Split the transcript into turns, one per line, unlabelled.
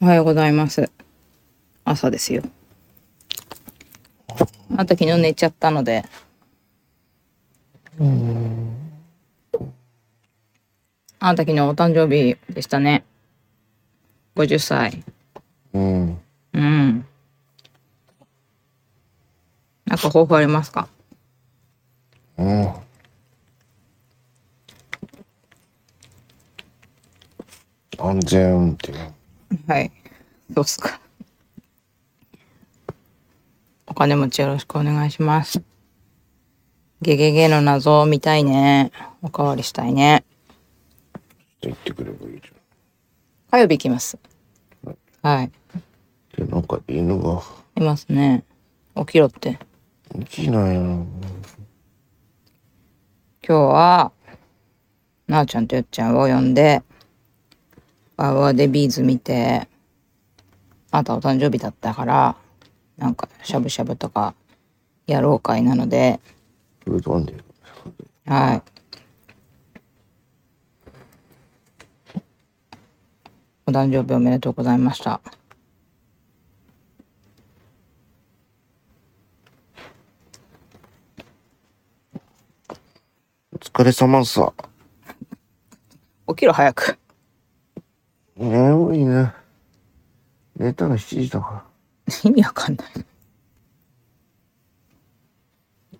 おはようございます。朝ですよ。あと昨日寝ちゃったので。あなた昨日お誕生日でしたね。50歳。
うん。
うん。なんか抱負ありますか
うん。安全運転。
はい。どうっすか。お金持ちよろしくお願いします。ゲゲゲの謎を見たいね。おかわりしたいね。
って言ってくればいいじ
火曜日行きます。はい。
ゃん。で、なんか犬が
いますね。起きろって。
起きないな。
今日は、なおちゃんとよっちゃんを呼んで、バウアーでビーズ見て、あなたお誕生日だったから、なんか、しゃぶしゃぶとか、やろう会なので、
それなんで
はい。お誕生日おめでとうございました。
お疲れ様さ。
起きろ早く。
眠いね。寝たら7時だか
意味わかんない。